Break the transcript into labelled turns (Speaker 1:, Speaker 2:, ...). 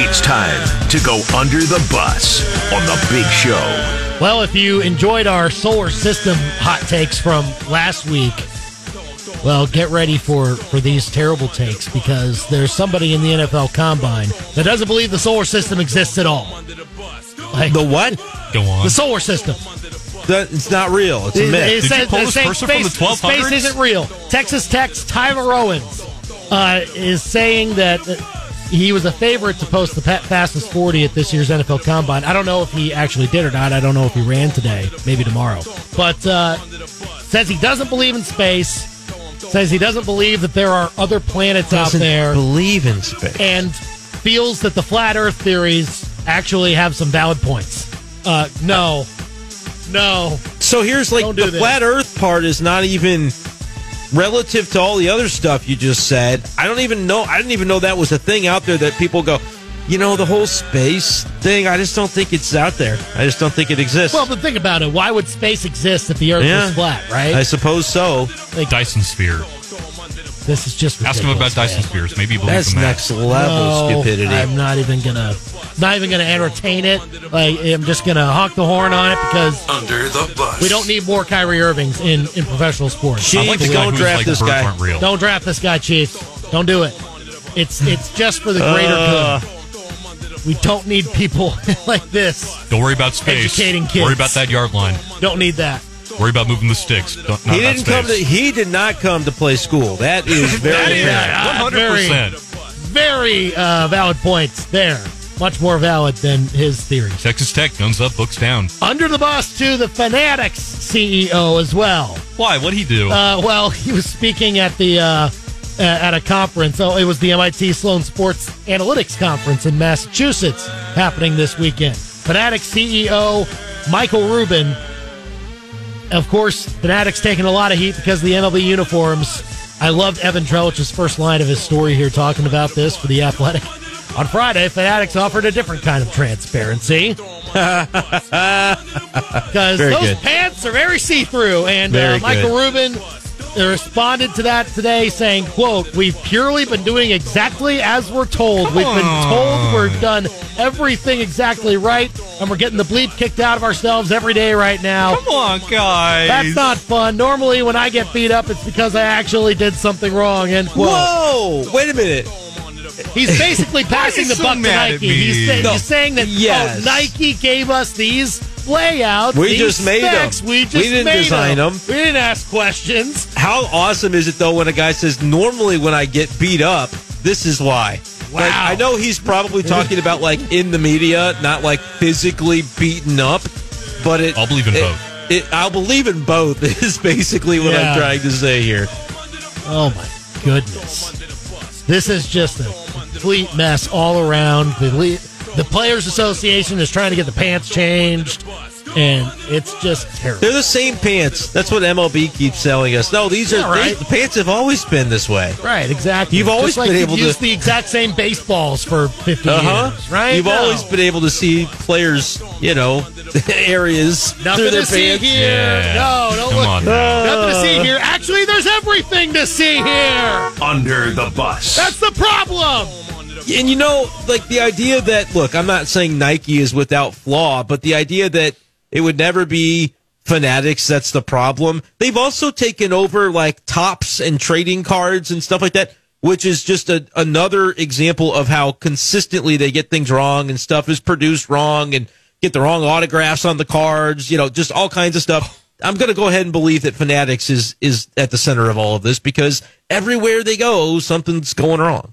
Speaker 1: It's time to go under the bus on the big show.
Speaker 2: Well, if you enjoyed our solar system hot takes from last week, well, get ready for, for these terrible takes because there's somebody in the NFL combine that doesn't believe the solar system exists at all. Like,
Speaker 3: The what?
Speaker 4: Go on.
Speaker 2: the solar system.
Speaker 3: The- it's not real. It's a
Speaker 2: It-
Speaker 3: myth.
Speaker 2: it
Speaker 4: Did you
Speaker 2: says
Speaker 4: pull
Speaker 2: the
Speaker 4: this
Speaker 2: same
Speaker 4: person from the
Speaker 2: space-
Speaker 4: 1200s?
Speaker 2: Space isn't real. Texas Tech's Tyler Owens uh, is saying that uh, he was a favorite to post the pa- fastest 40 at this year's NFL Combine. I don't know if he actually did or not. I don't know if he ran today, maybe tomorrow. But uh, says he doesn't believe in space. Says he doesn't believe that there are other planets out
Speaker 3: Doesn't
Speaker 2: there
Speaker 3: Believe in space.
Speaker 2: and feels that the flat Earth theories actually have some valid points. Uh, no, no,
Speaker 3: so here's like
Speaker 2: Don't do
Speaker 3: the
Speaker 2: this.
Speaker 3: flat Earth part is not even relative to all the other stuff you just said. I don't even know. I didn't even know that was a thing out there that people go. You know the whole space thing. I just don't think it's out there. I just don't think it exists.
Speaker 2: Well, but think about it. Why would space exist if the Earth
Speaker 3: Yeah.
Speaker 2: was flat, right?
Speaker 3: I suppose so.
Speaker 4: Dyson Sphere.
Speaker 2: this is just ridiculous.
Speaker 4: Ask him about Dyson
Speaker 2: man.
Speaker 4: Spheres. Maybe you believe
Speaker 3: That's
Speaker 4: in that.
Speaker 3: next level
Speaker 2: No,
Speaker 3: stupidity.
Speaker 2: I'm not even gonna, not even gonna entertain it. Like I'm just gonna honk the horn on it because
Speaker 1: Under the bus.
Speaker 2: we don't need more Kyrie Irvings in in professional sports.
Speaker 3: Jeez,
Speaker 4: I like the
Speaker 3: don't
Speaker 4: guy who was
Speaker 3: draft
Speaker 4: like,
Speaker 3: this
Speaker 4: birds
Speaker 3: guy.
Speaker 4: aren't real.
Speaker 2: Don't draft this guy, Chiefs. Don't do it. It's it's just for the greater
Speaker 3: Uh.
Speaker 2: good. We don't need people like this.
Speaker 4: Don't worry about space.
Speaker 2: Educating kids.
Speaker 4: Worry about that yard line.
Speaker 2: Don't need that.
Speaker 4: Worry about moving the sticks. Don't, not
Speaker 3: he
Speaker 4: about
Speaker 3: didn't come to.
Speaker 4: space.
Speaker 3: He did not come to play school. That is very.
Speaker 2: That is-
Speaker 3: apparent.
Speaker 2: Ah, very-
Speaker 4: 100%.
Speaker 2: Very uh, valid points there. Much more valid than his theory.
Speaker 4: Texas Tech, guns up, books down.
Speaker 2: under the bus to the Fanatics CEO as well.
Speaker 4: Why? What'd he do?
Speaker 2: Uh, well, he was speaking at the uh, uh, at a conference. Oh, it was the MIT Sloan Sports Analytics Conference in Massachusetts happening this weekend. Fanatics CEO Michael Rubin. Of course, Fanatics taking a lot of heat because of the MLB uniforms. I loved Evan Trellich's first line of his story here talking about this for The Athletic. On Friday, Fanatics offered a different kind of transparency. Because
Speaker 3: Very
Speaker 2: those
Speaker 3: good.
Speaker 2: pants are very see through. And uh,
Speaker 3: Very
Speaker 2: Michael Rubin responded to that today saying, quote, we've purely been doing exactly as we're told. we've been told we're done everything exactly right, and we're getting the bleep kicked out of ourselves every day right now.
Speaker 4: come on, guys.
Speaker 2: That's not fun. Normally, when I get beat up, it's because I actually did something wrong. End quote.
Speaker 3: Whoa! Wait a minute.
Speaker 2: He's basically passing
Speaker 4: you
Speaker 2: the
Speaker 4: so
Speaker 2: buck to
Speaker 4: mad at
Speaker 2: Nike.
Speaker 4: me?
Speaker 2: He's, sa-
Speaker 3: No.
Speaker 2: he's saying that
Speaker 3: Yes.
Speaker 2: oh, Nike gave us these layouts.
Speaker 3: We
Speaker 2: these
Speaker 3: just made 'em.
Speaker 2: specs. We just
Speaker 3: We didn't
Speaker 2: made
Speaker 3: design 'em.
Speaker 2: We didn't ask questions.
Speaker 3: How awesome is it though when a guy says, "Normally when I get beat up, this is why."
Speaker 2: Wow.
Speaker 3: Like, I know he's probably talking about like in the media, not like physically beaten up, but it.
Speaker 4: I'll believe in
Speaker 3: it-
Speaker 4: both.
Speaker 3: It, I'll believe in both is basically what
Speaker 2: Yeah.
Speaker 3: I'm trying to say here.
Speaker 2: Oh my goodness! This is just a complete mess all around. The le- the Players Association is trying to get the pants changed, and it's just terrible.
Speaker 3: They're the same pants. That's what MLB keeps selling us. No, these are
Speaker 2: Yeah, right.
Speaker 3: these- the pants have always been this way.
Speaker 2: Right, exactly.
Speaker 3: You've
Speaker 2: Just
Speaker 3: always
Speaker 2: like
Speaker 3: been
Speaker 2: you've
Speaker 3: able to-
Speaker 2: used the exact same baseballs for 50 years, right?
Speaker 3: Uh-huh. You've
Speaker 2: No.
Speaker 3: always been able to see players, you you know, areas
Speaker 2: Nothing
Speaker 3: through
Speaker 2: to
Speaker 3: their
Speaker 2: see
Speaker 3: pants.
Speaker 2: here.
Speaker 4: Yeah.
Speaker 2: No, don't
Speaker 4: Come
Speaker 2: look.
Speaker 4: on now.
Speaker 2: Nothing to see here. Actually, there's everything to see here.
Speaker 1: Under the bus.
Speaker 2: That's the problem.
Speaker 3: And you know, like the idea that look, I'm not saying Nike is without flaw, but the idea that it would never be fanatics that's the problem. They've also taken over like tops and trading cards and stuff like that, which is just a, another example of how consistently they get things wrong and stuff is produced wrong and get the wrong autographs on the cards, you know, just all kinds of stuff. I'm going to go ahead and believe that fanatics is is at the center of all of this because everywhere they go, something's going wrong.